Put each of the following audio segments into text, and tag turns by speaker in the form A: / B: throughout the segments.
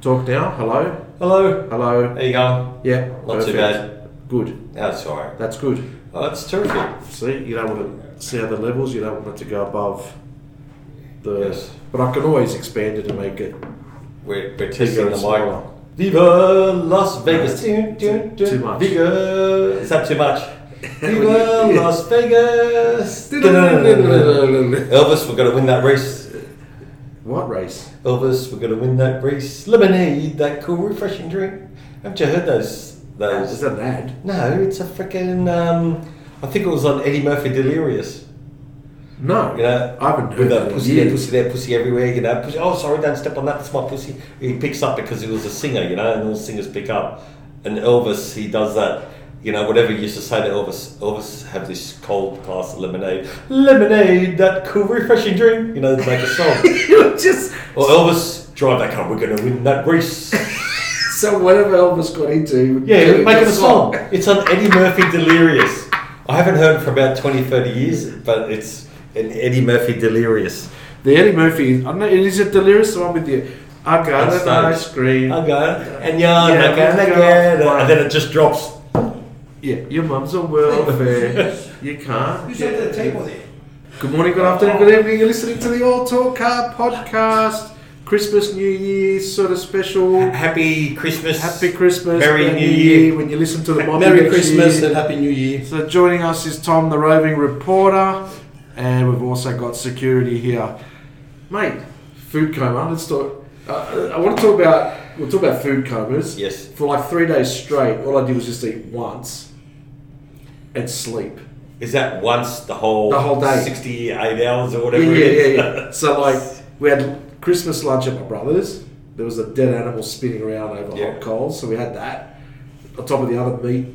A: Talk now. Hello.
B: Hello.
A: Hello.
B: How you going?
A: Yeah.
B: Not too
A: perfect.
B: bad.
A: Good.
B: That's all right.
A: That's good.
B: Oh, that's terrific.
A: See, you don't want to see other levels. You don't want it to go above the.
B: Yes.
A: But I can always expand it and make it
B: We're, we're testing
A: bigger
B: the
A: and
B: mic.
A: smaller.
B: Viva Las Vegas.
A: No, too- too much.
B: Viva. Is that too much? Viva
A: Yeah.
B: Las Vegas. Elvis, we're going to win that race.
A: What race?
B: Elvis, we're going to win that race. Lemonade, that cool, refreshing drink. Haven't you heard those?
A: Is
B: those?
A: that an ad?
B: No, it's a freaking. Um, I think it was on Eddie Murphy Delirious.
A: No.
B: You know,
A: I haven't
B: with
A: heard
B: that
A: that
B: pussy
A: in
B: there,
A: years.
B: pussy there, pussy everywhere, you know. Pussy, oh, sorry, don't step on that. That's my pussy. He picks up because he was a singer, you know, and all singers pick up. And Elvis, he does that. You know, whatever you used to say to Elvis, Elvis have this cold glass of lemonade. Lemonade, that cool, refreshing drink. You know, it's like a song.
A: You're just
B: or Elvis, drive that car. We're gonna win that race.
A: so whatever Elvis got into.
B: Yeah,
A: he
B: make it
A: got
B: a song. It's on Eddie Murphy Delirious. I haven't heard it for about 20, 30 years, but it's an Eddie Murphy Delirious.
A: The Eddie Murphy. I don't know. Is it Delirious? The one with the I got
B: That's
A: an
B: nice.
A: ice cream.
B: I'm going, and you're not
A: Yeah,
B: gonna
A: yeah.
B: get it. And then it just drops.
A: Yeah, your mum's on welfare. you can't.
C: Who's
A: get-
C: at the table there?
A: Good morning, good afternoon, good evening. You're listening to the All Talk Car podcast, Christmas, New Year sort of special.
B: Happy Christmas.
A: Happy Christmas,
B: Merry
A: and
B: New Year.
A: When you listen to the Bobby
C: Merry
A: next
C: Christmas
A: year.
C: and Happy New Year.
A: So joining us is Tom, the roving reporter, and we've also got security here, mate. Food coma. Let's talk. Uh, I want to talk about. We'll talk about food comas.
B: Yes.
A: For like three days straight, all I did was just eat once and sleep.
B: Is that once the whole
A: The whole day.
B: 68 hours or
A: Yeah,
B: whatever
A: yeah,
B: it
A: yeah,
B: is?
A: yeah. So like we had Christmas lunch at my brother's. There was a dead animal spinning around over
B: Yeah.
A: hot coals, so we had that on top of the other meat,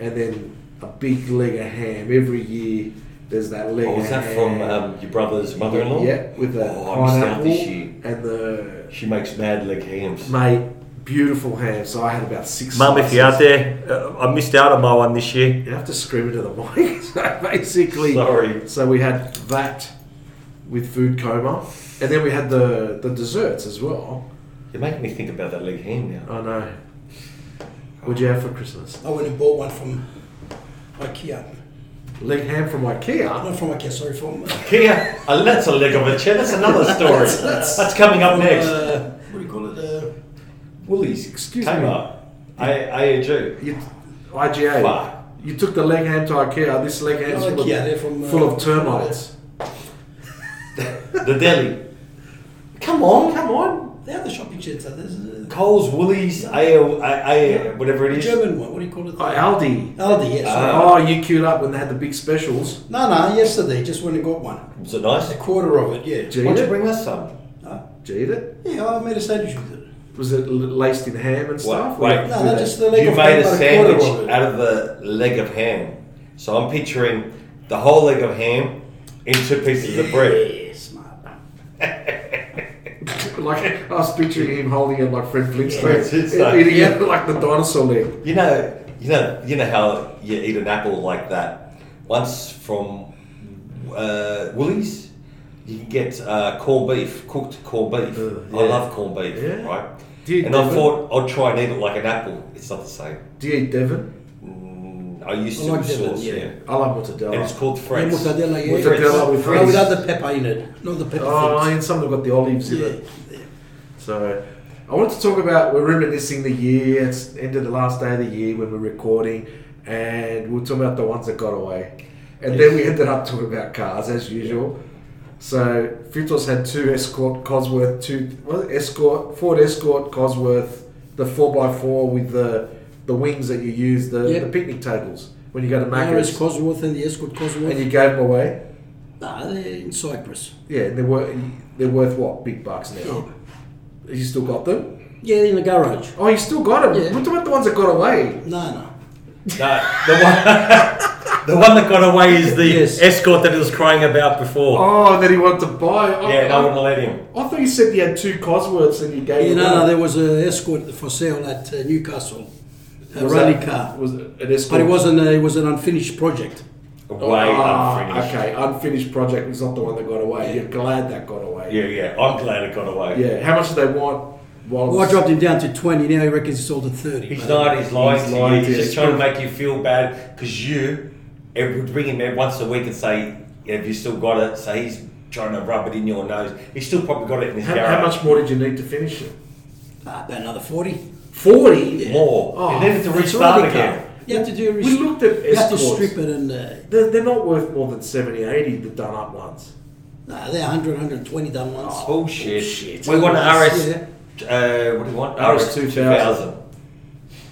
A: and then a big leg of ham. Every year there's that leg.
B: Oh,
A: of
B: was that
A: ham.
B: from um, your brother's mother-in-law?
A: Yeah, with the
B: Oh, I missed out
A: pineapple
B: this year.
A: and the
B: She makes mad leg hams.
A: mate, beautiful ham. So I had about six.
B: Mum, if you're out
A: slices.
B: there, uh, I missed out on my one this year.
A: you have to scream into the mic. so basically,
B: Sorry.
A: So we had that with food coma, and then we had the the desserts as well.
B: You're making me think about that leg ham now.
A: I know. What'd you have for Christmas?
C: I went and bought one from IKEA.
A: Leg ham from IKEA.
C: Not from IKEA, sorry, from. Uh,
B: Kia, uh, that's a leg of a chair. That's another story. that's, coming up next.
C: uh, what do you call it? Uh,
B: Woolies,
A: excuse
B: Kmart, A- AAG.
A: You, IGA.
B: Fuck.
A: You took the leg ham to IKEA. This leg ham's full,
C: IKEA, they're
A: of,
C: from, uh,
A: full of termites.
B: The deli. Come on, come on.
C: they have the shopping centre. There's uh,
B: Coles, Woolies, AL, A- A- whatever it
C: the
B: is.
C: German one. What do you call it?
A: Oh, Aldi.
C: Aldi, yes. sorry.
B: Ah.
A: Oh, you queued up when they had the big specials.
C: no, no, yesterday. Just went and got one.
B: Was it nice?
C: A quarter of it, yeah.
A: Gee.
B: Why'd you bring us some?
C: No?
A: Did you eat it?
C: Yeah, I made a sandwich with it.
A: Was it l- laced in ham and stuff?
B: wait.
A: Or-
C: No, no, just the leg
B: You
C: of
B: made a
C: ham, but quarter of
B: sandwich
C: it.
B: out of the leg of ham. So I'm picturing the whole leg of ham in two pieces of bread.
C: Yes, my man.
A: Like I was picturing him holding it like Fred Flintstone,
B: Fred Flintstone.
A: eating it like the dinosaur leg.
B: You know, you know, you know how you eat an apple like that. Once from uh, Woolies, you can get uh, corned beef, cooked corned beef.
A: Ugh,
B: I
A: yeah.
B: love corned beef,
A: Yeah.
B: right?
A: Do you
B: and I
A: differ?
B: thought I'd try and eat it like an apple. It's not the same.
A: Do you eat Devon?
B: Mm, I used
C: I
B: to
C: like
B: with
C: Devon,
B: sauce,
C: yeah.
B: yeah.
A: I love
B: And it's
A: mortadella.
B: called
C: Yeah,
B: French.
C: mortadella, yeah.
A: Oh. Mortadella with
C: No,
A: friends.
C: without the pepper in it. Not the pepper
A: Oh,
C: things.
A: and some have got the olives in
C: Yeah.
A: it. So I wanted to talk about we're reminiscing the year. It's the end of the last day of the year when we're recording, and we'll talk about the ones that got away, and then we ended up talking about cars as usual. So Fitos had two Escort Cosworth, two well, Escort Ford Escort Cosworth, the four x four with the the wings that you use the,
C: Yeah.
A: the picnic tables when you go to
C: Maris
A: Macca's,
C: Cosworth and the Escort Cosworth.
A: and you gave them away.
C: Nah, they're in Cyprus.
A: Yeah, and they're worth they're worth what big bucks now. You still got them?
C: Yeah, in the garage.
A: Oh, you still got them.
C: Yeah.
A: What about the ones that got away?
C: No, no.
B: No, the one, the one that got away is the
C: Yes.
B: escort that he was crying about before.
A: Oh, that he wanted to buy. I,
B: yeah, no
A: I,
B: one will let him.
A: I thought you said he had two Cosworths and you gave
C: Yeah,
A: him
C: no,
A: one.
C: no, there was an escort for sale at uh, Newcastle. A
A: Was
C: rally
A: that-
C: car.
A: Was it an escort?
C: But it wasn't, a, it was an unfinished project.
B: Away,
A: Ah,
B: unfinished.
A: okay, unfinished project was not the one that got away. You're glad that got away.
B: Yeah, yeah. I'm glad it got away.
A: Yeah, How much did they want? while
C: Well, I dropped him down to 20. Now he reckons it's all to 30.
B: He's
C: mate.
B: not. He's lying
A: He's
B: to
A: lying
B: you.
A: to
B: He's
A: you.
B: just trying to make you feel bad because you it would ring him every- once a week and say, "Have you still got it?" So he's trying to rub it in your nose. He's still probably got it in his
A: How,
B: garage.
A: how much more did you need to finish it?
C: Ah, about another 40.
A: Forty.
B: more?
A: Oh,
B: you needed to
C: That's
B: restart
C: already
B: again.
C: cut. You have to do a
A: We looked at
C: You have to
A: escorts.
C: strip it and. Uh,
A: They're, they're not worth more than 70, 80, the done up ones.
C: no, they're 100, 120 done once.
A: Oh.
B: Bullshit.
A: Bullshit.
B: We want an RS.
C: Yeah.
B: Uh, what do you want?
A: RS 2000.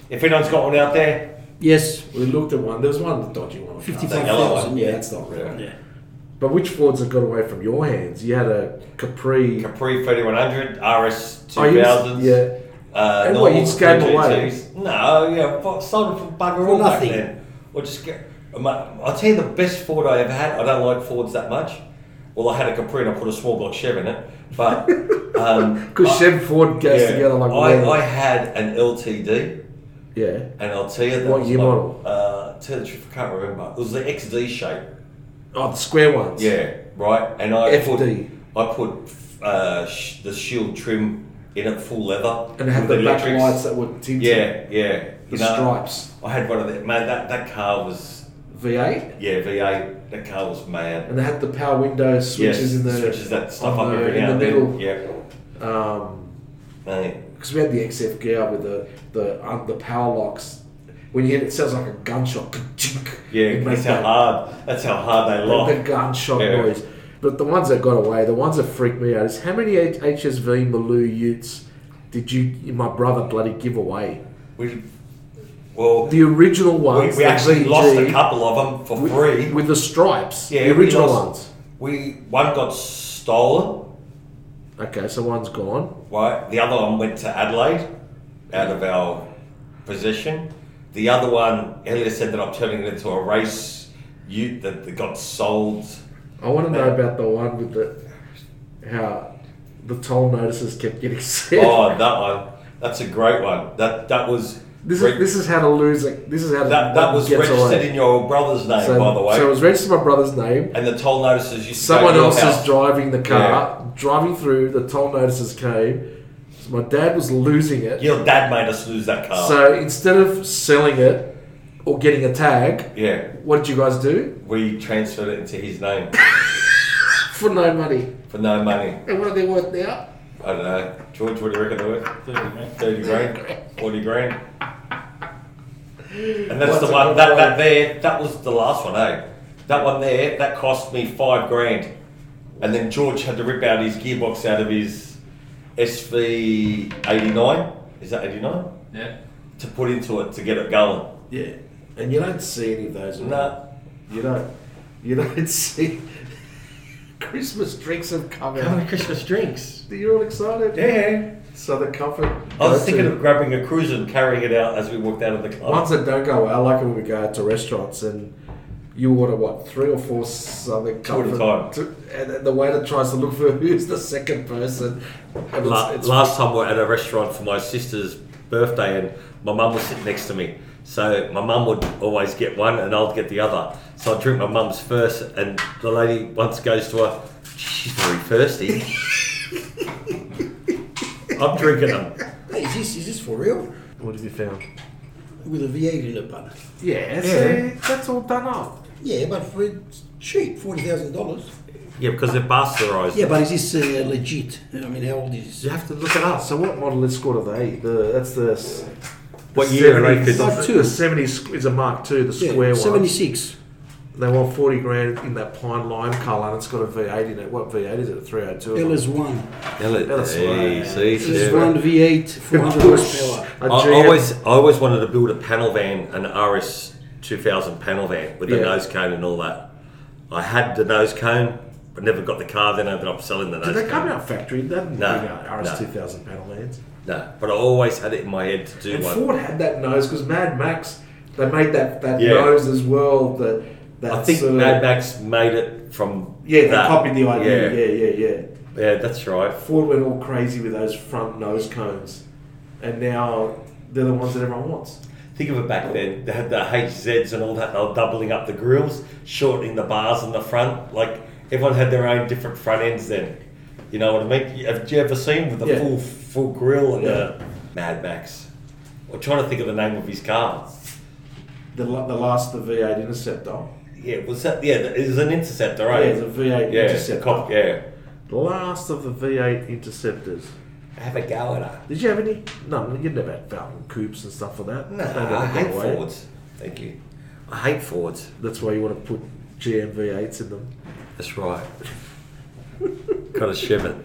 B: If anyone's got one out there,
C: Yes.
A: We looked at one. There was one dodgy one. I can't
B: it's a
A: think.
B: yellow
C: 55,000.
B: one.
A: Yeah,
C: Yeah.
A: that's not real.
C: yeah.
A: But which Fords have got away from your hands? You had a Capri.
B: Capri 3100, RS
A: Oh, you-
B: 2000s.
A: yeah.
B: Uh,
A: And what,
B: normal
A: you just gave 'em away?
B: 322s. No, yeah, fu- sold them for bugger
C: For
B: all back
C: nothing.
B: then. Or just get, um, I'll tell you the best Ford I ever had. I don't like Fords that much. Well, I had a Capri and I put a small block Chev in it, but um,
A: Because
B: I-
A: Chev Ford goes
B: yeah,
A: together like
B: I,
A: leather.
B: I had an LTD.
A: Yeah.
B: And I'll tell you that
A: What
B: was
A: year
B: like,
A: model?
B: Uh, tell the truth, I can't remember. It was the XD shape.
A: Oh, the square ones.
B: Yeah, right. And I
A: FD.
B: put I put uh, sh- the shield trim in it full leather
A: And they had the
B: with
A: black
B: electrics.
A: lights that were tinted.
B: Yeah, yeah.
A: The
B: You know,
A: stripes.
B: I had one of them. Man, that that car was
A: V8.
B: yeah V8. That car was mad.
A: And they had the power window switches
B: yes,
A: in the.
B: switches that stuff
A: on
B: up
A: the-
B: every
A: in
B: now
A: the
B: and then.
A: middle.
B: Yeah,
A: Um,
B: man.
A: because we had the XF gear with the the um, the power locks. When you hit it, it sounds like a gunshot. Ka-chink.
B: Yeah,
A: It
B: that's
A: makes
B: how
A: that,
B: hard. That's how hard they
A: the,
B: lock.
A: the gunshot
B: Yeah.
A: noise. But the ones that got away, the ones that freaked me out, is how many H- HSV Maloo Utes did you, my brother, bloody give away?
B: We, well,
A: The original ones.
B: we, we
A: the
B: actually
A: VG,
B: lost a couple of them for
A: with,
B: free.
A: with the stripes.
B: Yeah,
A: the
B: we
A: original
B: lost-
A: ones.
B: We one got stolen,
A: Okay, so one's gone.
B: right? The other one went to Adelaide, out of our possession. The other one, Elias ended up turning it into a race ute that, that got sold.
A: I want to know about the one with the how the toll notices kept getting set.
B: Oh, that one. That's a great one. That that was
A: This
B: reg-
A: is this is how to lose. Like, this is how to
B: that, that was
A: gets
B: registered
A: away.
B: in your brother's name,
A: so,
B: by the way.
A: so it was registered my brother's name.
B: and the toll notices used to go
A: Someone
B: to your
A: else
B: house.
A: is driving the car, driving through. The toll notices came. So my dad was losing it.
B: Your dad made us lose that car.
A: So instead of selling it or getting a tag,
B: yeah,
A: what did you guys do
B: we transferred it into his name
A: for no money?
B: for no money.
A: And what are they worth now?
B: I don't know. George, what do you reckon they're worth?
D: 30, mate.
B: 30 grand, 40 grand. And that's
A: What's
B: the
A: a
B: one,
A: good
B: that,
A: one?
B: that there, that was the last one, eh? That one there, that cost me five grand. And then George had to rip out his gearbox out of his SV89, is that 89?
D: Yeah.
B: To put into it to get it going.
A: Yeah, and you don't see any of those. around.
B: No.
A: you don't. You don't see. Christmas drinks have come
B: How
A: out.
B: many Christmas drinks?
A: You're all excited.
B: Yeah.
A: So the comfort.
B: I was
A: go-to.
B: thinking of grabbing a cruiser and carrying it out as we walked out of the club.
A: ones that don't go out, like when we go out to restaurants and you order what three or four something
B: Two at a
A: comfort-
B: time.
A: two- and then the waiter tries to look for who's the second person. And
B: La-
A: it's, it's,
B: last time we were at a restaurant for my sister's birthday, and my mum was sitting next to me. So my mum would always get one, and I'd get the other. So I'd drink my mum's first, and the lady once goes to her, she's very thirsty. I'm drinking them.
C: Hey, is this, is this for real?
A: what have you found?
C: With a V8 in it, but.
A: Yeah,
B: Yeah.
A: see, that's all done up.
C: Yeah, but for it's cheap, $40,000.
B: Yeah, because they're bastardised.
C: Yeah, but is this uh, legit? I mean, how old is
B: You
C: this?
B: have to look it up.
A: So what model escort are they? The that's the. s-
B: What
A: the
B: year are
A: 70
B: they?
A: It's like two. The seventy is a Mark II, the
C: Yeah,
A: square one.
C: 76.
A: They want forty grand in that pine lime colour, and it's got a V8 in it. What V8 is it? A three hundred two.
C: LS1.
B: Hell, it-
A: That's
B: hey,
A: right.
B: see,
C: This
B: yeah.
C: one V8, 400 horsepower.
A: A
B: I
A: GM.
B: I always, I always wanted to build a panel van, an RS 2000 panel van with a
A: Yeah.
B: nose cone and all that. I had the nose cone, but never got the car. Then I ended up selling the nose
A: Did they come
B: cone.
A: out factory? They didn't
B: No,
A: bring out RS
B: no.
A: two thousand panel lands.
B: No, but I always had it in my head to do
A: And
B: one.
A: Ford had that nose because Mad Max, they made that, that
B: Yeah.
A: nose as well. That that
B: I think
A: sort of-
B: Mad Max made it from
A: uh, Yeah, they
B: that.
A: copied the idea. Yeah.
B: Yeah.
A: yeah, yeah,
B: yeah, that's right.
A: Ford went all crazy with those front nose cones, and now they're the ones that everyone wants.
B: Think of it back then. They had the HZs and all that. They were doubling up the grills, shortening the bars in the front. Like everyone had their own different front ends then. You know what I mean? Have you ever seen with the
A: Yeah.
B: full full grill and
A: Yeah.
B: a Mad Max. I'm trying to think of the name of his car.
A: The, la- the last the V8 Interceptor.
B: Yeah, was that? Yeah, it was an interceptor, right?
A: Yeah, the V8
B: yeah,
A: Interceptor.
B: Cop, yeah.
A: The last of the V8 Interceptors.
B: Have a go at her.
A: Did you have any? No, you never had Falcon coupes and stuff like that.
B: No,
A: They never
B: I
A: got
B: hate
A: away.
B: Fords. Thank you. I hate Fords.
A: That's why you want to put GM V8s in them.
B: That's right. Got to shim it.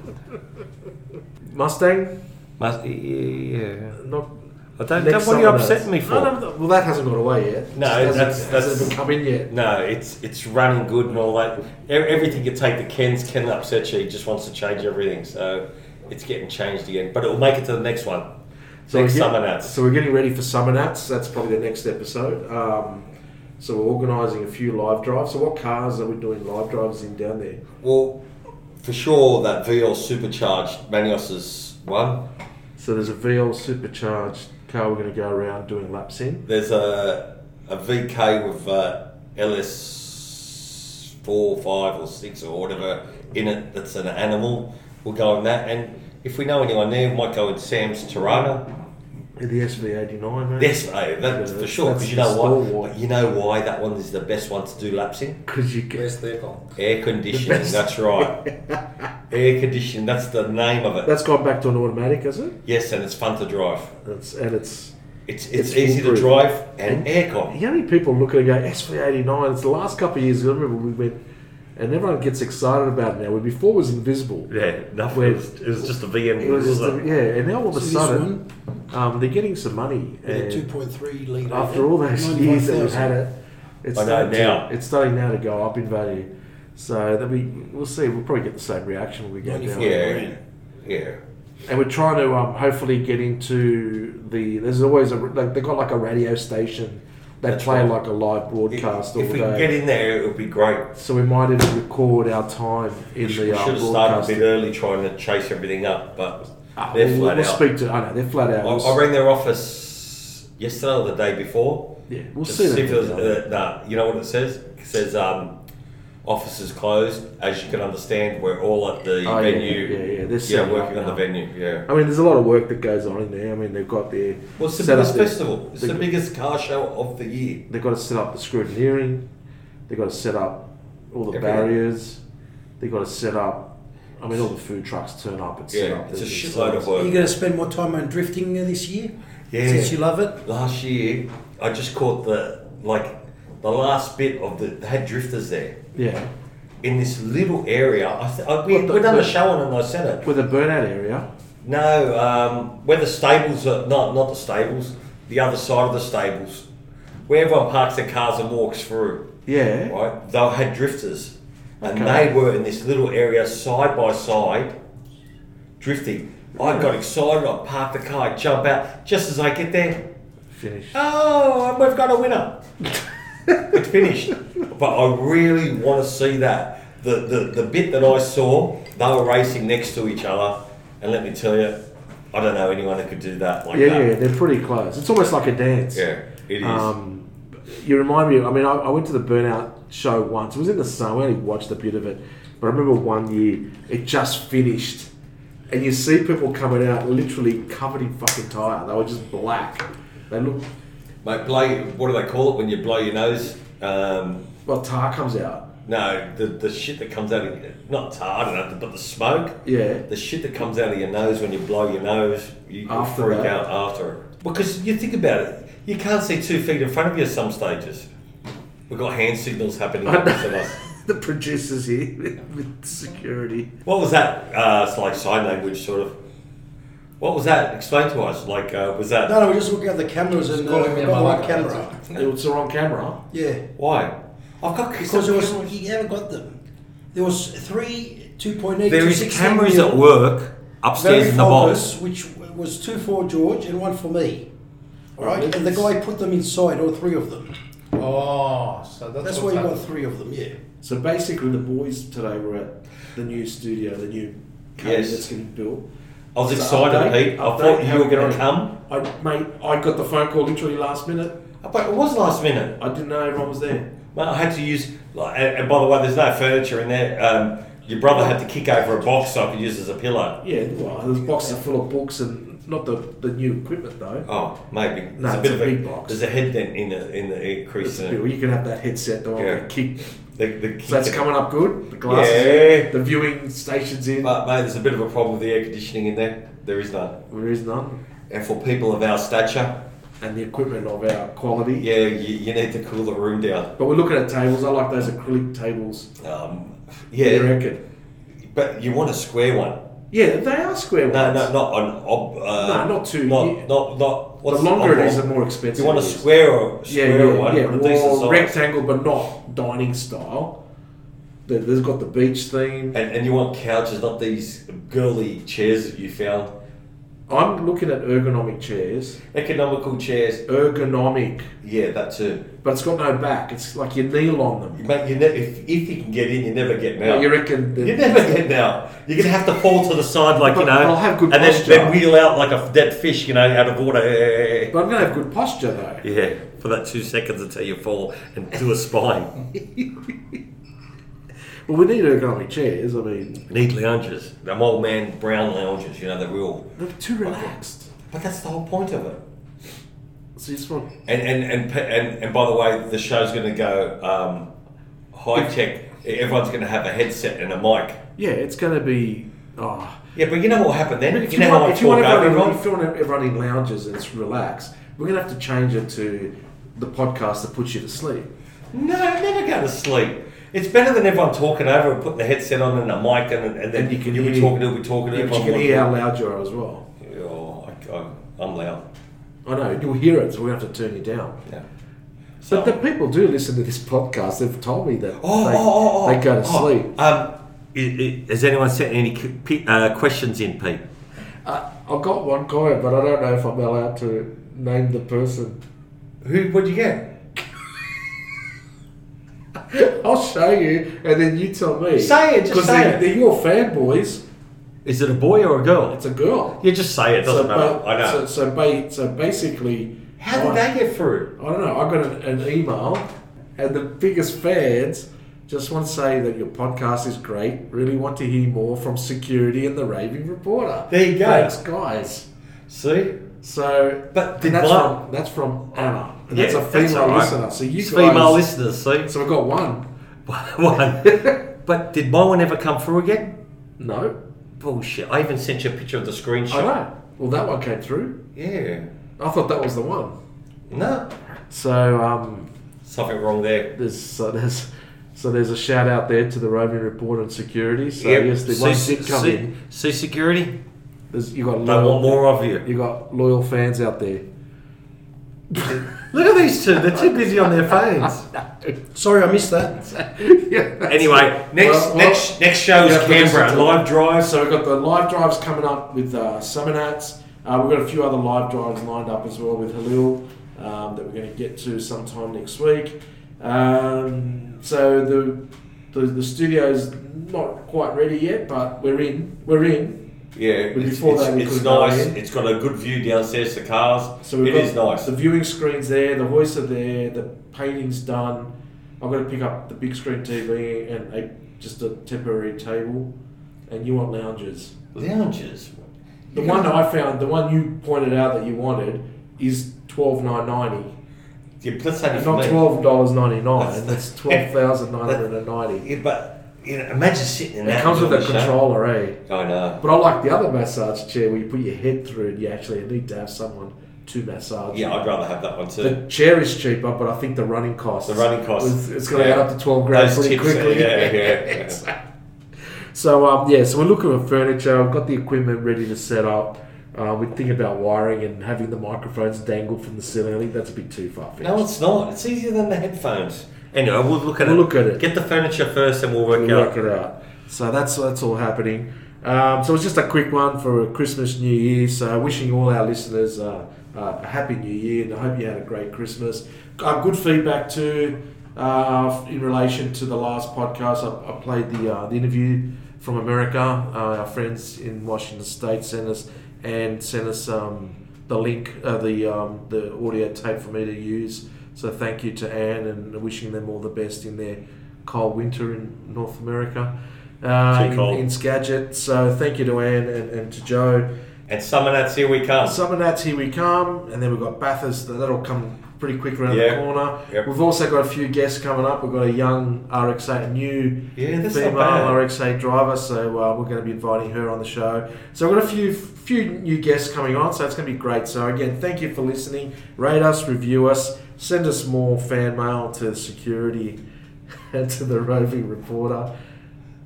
A: Mustang,
B: Must, yeah, yeah.
A: not.
B: I don't,
A: next
B: don't what are you
A: summer, that's-
B: upsetting me for?
A: No, no, no, well, that hasn't gone away yet.
B: No,
A: It hasn't,
B: that's- that's-
A: hasn't come in yet.
B: No, it's it's running good and all that. E- Everything you take, the Ken's Ken upset you. He just wants to change everything, so it's getting changed again. But it'll make it to the next one. next
A: we're get-
B: summer nuts.
A: So we're getting ready for summer nuts. That's probably the next episode. Um, so we're organising a few live drives. So what cars are we doing live drives in down there?
B: Well, for sure that VL supercharged Manios's one.
A: So there's a VL supercharged car we're going to go around doing laps in.
B: There's a a VK with uh, LS four, five, or six, or whatever in it. That's an animal. We'll go on that, and if we know anyone there, we might go in Sam's Tirana.
A: The SV89, man.
B: Yes, mate, that's for sure. Because you know why? You know why that one is the best one to do laps in?
A: Because you get,
C: Where's their gone?
B: Air
A: The
B: conditioning.
A: best.
B: That's right. Air conditioning. That's the name of it.
A: that's gone back to an automatic, is it?
B: Yes, and it's fun to drive.
A: It's, and it's
B: It's it's,
A: It's
B: easy to
A: foolproof.
B: drive and aircon.
A: you know, how many people look at it and go SV89. It's the last couple of years. I remember we went, and everyone gets excited about it now. Where before it was invisible.
B: Yeah, nothing.
A: It was-
B: just a VM.
A: It was just a- yeah, and now all of a
C: So this
A: sudden, um, they're getting some money.
C: With a
A: And
C: 2.3 litre.
A: after all those years that we've had
C: 95,000.
A: it, it's
B: I know,
A: starting,
B: now.
A: To, it's starting now to go up in value. So that we we'll see. We'll probably get the same reaction when we go down.
C: 94.
B: yeah, yeah.
A: And we're trying to um, hopefully get into the. There's always a like they got like a radio station. They
B: That's
A: play
B: right.
A: like a live
B: If,
A: broadcast all
B: if we
A: day.
B: can get in there, it would be great.
A: So we might even record our time in
B: We should
A: the um,
B: have started a
A: broadcast.
B: bit early trying to chase everything up, but
A: Ah,
B: they're
A: we'll,
B: flat
A: we'll
B: out.
A: speak to. I know they're flat out.
B: I,
A: We'll
B: I
A: s-
B: rang their office yesterday or the day before.
A: yeah, we'll
B: to
A: see. them.
B: if it was, uh, nah, you know what it says? It says um, office is closed. As you can understand, we're all at the
A: Oh, yeah,
B: venue.
A: yeah, yeah, they're
B: yeah,
A: setting
B: working
A: up
B: on the
A: now.
B: venue. Yeah.
A: I mean, there's a lot of work that goes on in there. I mean, they've got their
B: Well, it's the
A: set up
B: biggest
A: their-
B: festival. It's
A: they-
B: the biggest car show of the year.
A: They've got to set up the scrutineering. They've got to set up all the
B: Everything.
A: barriers. They've got to set up. I mean, all the food trucks turn up. It's set
B: Yeah,
A: up.
B: it's a
A: There's-
B: shitload of
C: Are you
B: work.
C: going to spend more time on drifting uh, this year?
B: Yeah.
C: Since you love it?
B: Last year, I just caught the like the last bit of the. They had drifters there
A: Yeah,
B: in this little area. I, th- I, we,
A: What the-
B: we done
A: the-
B: a show on it. and I said it.
A: with a burnout area.
B: No, um, where the stables are not not the stables, the other side of the stables, where everyone parks their cars and walks through.
A: Yeah,
B: Right, they had drifters, and
A: Okay.
B: they were in this little area side by side, drifting. I got excited. I parked the car, I jump out. Just as I get there,
A: finish.
B: oh, we've got a winner. it's finished. But I really want to see that. The, the, the bit that I saw, they were racing next to each other. And let me tell you, I don't know anyone that could do that like
A: yeah,
B: that.
A: yeah, they're pretty close. It's almost like a dance.
B: Yeah, it is.
A: Um, you remind me. I mean, I, I went to the Burnout show once. It was in the summer. I only watched a bit of it, but I remember one year it just finished, and you see people coming out literally covered in fucking tire. They were just black. They look
B: Mate, blow, what do they call it when you blow your nose? Um,
A: well. Tar comes out.
B: no, the, the shit that comes out of not tar, I don't know, but the smoke.
A: Yeah.
B: The shit that comes out of your nose when you blow your nose, you can
A: After
B: freak
A: that.
B: out after it. Because you think about it, you can't see two feet in front of you at some stages. We've got hand signals happening. in front of us.
A: the producers here with security.
B: What was that? Uh, it's like sign language, sort of. What was that? Explain to us. Like, uh, was that
C: No, no, we're just looking at the cameras and uh,
D: calling me
C: we've
D: a
C: got one
D: motherfucker.
C: camera.
A: It was the wrong camera.
C: Yeah.
B: why? I've got
C: Because there was, you haven't got them. There was three 2.8
B: there
C: to
B: is
C: 16
B: cameras
C: mil
B: at work upstairs
C: very
B: in the
C: bulbous,
B: box.
C: which w- was two for George and one for me. All right,
A: Right.
C: and the guy put them inside, all three of them.
D: Oh, so that's,
C: That's
D: what's
C: why you got
D: happened.
C: three of them. Yeah.
A: So basically, the boys today were at the new studio, the new cave
B: Yes.
A: that's getting built.
B: I was
A: So
B: excited,
A: update,
B: Pete. I
A: update,
B: thought
A: how
B: you were
A: we
B: going to
A: going?
B: come,
A: I mate, I got the phone call literally last minute.
B: but it was last minute.
A: I didn't know everyone was there.
B: Well, I had to use, like, and, and by the way, there's no furniture in there. Um, Your brother had to kick over a box so I could use as a pillow.
A: Yeah, well, there's boxes full of books and not the, the new equipment though.
B: Oh, maybe. There's
A: No, it's a big box.
B: There's a head dent in the in the ear
A: It's
B: crease.
A: a
B: in it.
A: bit- you can have that headset though.
B: Yeah.
A: Yeah. Keep,
B: The, the
A: so that's
B: kick-
A: coming up good. The glasses,
B: Yeah.
A: in, the viewing stations in.
B: But mate, there's a bit of a problem with the air conditioning in there. There is none.
A: there is none,
B: And for people of our stature,
A: and the equipment of our quality.
B: yeah, you, you need to cool the room down.
A: But we're looking at tables. I like those acrylic tables.
B: Um,
A: You
B: yeah,
A: reckon?
B: but you want a square one.
A: Yeah, they are square ones.
B: No, no, not an ob. Uh,
A: No, not too- yeah.
B: Not, not, not.
A: The
B: What's
A: longer it
B: oblong?
A: is, the more expensive.
B: You want a
A: it is.
B: square or
A: yeah,
B: square
A: yeah,
B: one,
A: yeah,
B: with a decent
A: or
B: size.
A: rectangle, but not dining style. They- They've got the beach theme.
B: And, and you want couches, not these girly chairs that you found.
A: I'm looking at ergonomic chairs.
B: Economical chairs,
A: Ergonomic,
B: yeah, that too.
A: but it's got no back. It's like you kneel on them.
B: You, mate, you ne- if, if you can get in, you never get out.
A: But you reckon? that-
B: You never get out. You're gonna have to fall to the side, like
A: But
B: you know,
A: I'll have good
B: and then,
A: posture.
B: then wheel out like a dead fish, you know, out of water. Yeah,
A: But I'm gonna have good posture though.
B: yeah, yeah. for that two seconds until you fall and do a spine.
A: Well, we need ergonomic chairs. I mean,
B: You Need lounges, them old man brown lounges, you know, the real.
A: they're too relaxed.
B: But that's the whole point of it.
A: So this one.
B: And and and pe- and, and by the way, the show's going to go um, high tech. Everyone's going to have a headset and a mic.
A: Yeah, it's gonna be. Oh,
B: Yeah, but you know what will happen then?
A: if
B: you
A: you,
B: know
A: want, if you want
B: how I talk
A: everyone,
B: over
A: if you want everyone in lounges and it's relaxed, we're gonna have to change it to the podcast that puts you to sleep.
B: No, never go to sleep. It's better than everyone talking over and putting the headset on and a mic and, and then
A: And
B: you
A: you can
B: will be
A: hear-
B: talking, you'll be talking.
A: Yeah, but you
B: everyone
A: can
B: will-
A: hear how loud you are as well.
B: Oh, I, I, I'm loud.
A: I know you'll hear it, so we have to turn you down.
B: Yeah. So,
A: But the people do listen to this podcast. They've told me that
B: oh,
A: they,
B: oh, oh, oh,
A: they go to
B: oh,
A: sleep.
B: Um, i- i- has anyone sent any c- pe- uh, questions in, Pete?
A: Uh, I've got one comment, but I don't know if I'm allowed to name the person.
B: Who? What'd you get?
A: I'll show you, and then you tell me.
B: Say it, just
A: 'Cause
B: say
A: they're,
B: it.
A: They're your fanboys.
B: Is it a boy or a girl?
A: It's a girl.
B: Yeah, just say it. Doesn't matter.
A: ba-
B: I
A: So,
B: know.
A: so, ba- so basically,
B: How did
A: I,
B: they get through?
A: I don't know. I got an, an email, and the biggest fans just want to say that your podcast is great. Really want to hear more from security and the raving reporter.
B: There you go.
A: Thanks, guys.
B: See,
A: So,
B: But
A: and
B: did
A: that's
B: my-
A: from that's from Anna. And
B: Yeah,
A: that's a
B: that's
A: female
B: all right.
A: listener. So you
B: it's
A: guys,
B: female listeners. See,
A: So I got one.
B: one. But did my one ever come through again?
A: No,
B: Bullshit. I even sent you a picture of the
A: I
B: screenshot.
A: know. Well, that one came through.
B: Yeah.
A: I thought that was the one.
B: No.
A: So um,
B: Something wrong there.
A: there's so there's so there's a shout out there to the roaming report and security. So
B: Yep.
A: yes, the
B: See-
A: one did come
B: see-
A: in.
B: see security.
A: There's, you got
B: They want
A: loyal,
B: more of you.
A: you got loyal fans out there.
B: Look at these two. They're too busy on their phones.
C: Sorry, I missed that.
A: yeah, that's
B: anyway,
A: it.
B: next
A: Well, well,
B: next next show's
A: you have to
B: Canberra
A: listen to
B: live drive.
A: So we've got the live drives coming up with uh, Summer Nats. Uh, we've got a few other live drives lined up as well with Halil um, that we're going to get to sometime next week. Um, so the, the the studio's not quite ready yet, but we're in. We're in.
B: Yeah,
A: But
B: it's,
A: before
B: it's,
A: that, we
B: it's
A: could go
B: nice.
A: in.
B: It's got a good view downstairs to cars.
A: So we've
B: it
A: got
B: is nice.
A: The viewing screen's there. The hoists are there. The painting's done. I've got to pick up the big screen TV and a, just a temporary table. And you want lounges.
B: Lounges.
A: The one I found, the one you pointed out that you wanted, is twelve nine ninety.
B: Yeah, but that's only
A: Not
B: for me.
A: twelve dollars ninety nine.
B: That's-
A: That's twelve thousand nine hundred and ninety.
B: Yeah, but you know, imagine sitting in that.
A: It comes with a
B: little shack.
A: controller, eh?
B: I know.
A: But I like the other massage chair where you put your head through and you actually need to have someone to massage. you.
B: Yeah, I'd rather have that one too.
A: The chair is cheaper, but I think the running costs.
B: The running costs.
A: was- It's going to
B: Yeah.
A: add up to twelve grand
B: Those
A: pretty
B: tips,
A: quickly.
B: yeah, yeah, yeah.
A: Exactly. So um, yeah, so we're looking for furniture. I've got the equipment ready to set up. Uh, we think about wiring and having the microphones dangled from the ceiling. I think that's a bit too far fetched.
B: no, it's not. It's easier than the headphones. Anyway, we'll look at
A: We'll
B: it.
A: look at it.
B: Get the furniture first, and we'll work
A: we'll
B: out.
A: work it out. So that's that's all happening. Um, so it's just a quick one for Christmas, New Year. So wishing all our listeners uh, uh, a happy New Year, and I hope you had a great Christmas. Uh, good feedback too uh, in relation to the last podcast. I, I played the uh, the interview from America. Uh, our friends in Washington State sent us and sent us um, the link, uh, the um, the audio tape for me to use. So thank you to Anne and wishing them all the best in their cold winter in North America. uh,
B: Too
A: in,
B: cold.
A: in Skagit. So thank you to Anne and, and to Joe.
B: And summer nats here we come.
A: Some of that's Here We Come, and then we've got Bathurst, that- that'll come pretty quick around
B: Yeah.
A: the corner.
B: Yep.
A: We've also got a few guests coming up. We've got a young RX8, a new
B: Yeah, that's not
A: female
B: bad.
A: RX8 driver, so uh, we're going to be inviting her on the show. So we've got a few few new guests coming on, so it's going to be great. So again, thank you for listening. Rate us, review us, send us more fan mail to security and to the roving reporter.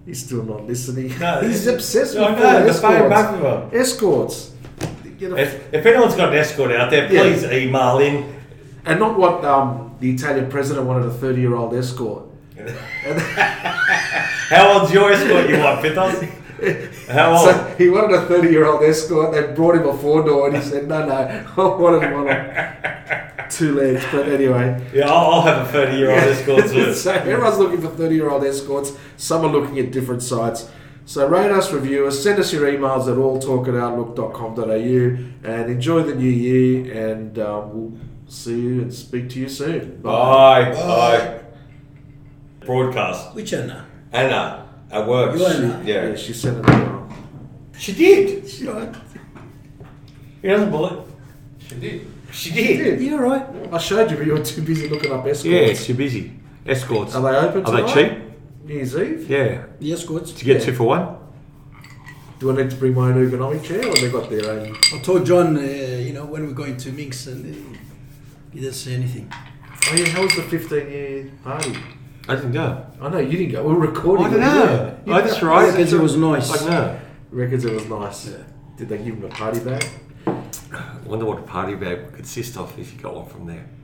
A: He's still not listening.
B: No,
A: He's
B: it's-
A: obsessed with
B: I
A: fucking
B: know, the phone back with him.
A: escorts. Escorts. Get a
B: If, if anyone's got an escort out there,
A: Yeah.
B: please email in.
A: And not what um, the Italian president wanted a 30 year old escort.
B: How old's your escort you want, Pitos? How old?
A: So he wanted a 30 year old escort. They brought him a four door and he said, no, no, I wanted one on two legs. But anyway.
B: yeah, I'll, I'll have a 30 year old escort too.
A: so everyone's looking for 30 year old escorts. Some are looking at different sites. So rate us, review us, send us your emails at alltalkatoutlook.com.au and enjoy the new year. And um, we'll see you and speak to you soon.
B: Bye. Bye.
C: Bye.
B: Broadcast.
C: Which Anna?
B: Anna, at work.
C: You
B: she-
C: Anna.
A: Yeah,
B: Yeah.
A: she sent it along.
B: She did.
C: You're
B: He doesn't believe.
D: She did.
B: She did.
C: right.
A: I showed you, but you were too busy looking up escorts.
E: too busy. Escorts.
A: Are they open?
E: Are they
A: tonight?
E: cheap?
A: New Year's Eve.
E: Yeah.
C: Yes, good.
E: To get
A: Yeah.
E: two for one?
A: Do I need to bring my own ergonomic chair, or they got their own?
C: I told John, uh, you know, when we're going to Minx, and uh, he didn't say anything.
A: Oh yeah, how was the 15 year party?
E: I didn't go.
A: I know you didn't go. We were recording.
E: I don't
A: weren't we?
E: know.
A: You
E: I
A: didn't
E: just
A: go.
E: right.
C: Because it was nice.
E: I know.
A: Records. It was nice.
C: Yeah.
A: Did they give him a party bag?
E: I wonder what a party bag would consist of if you got one from there.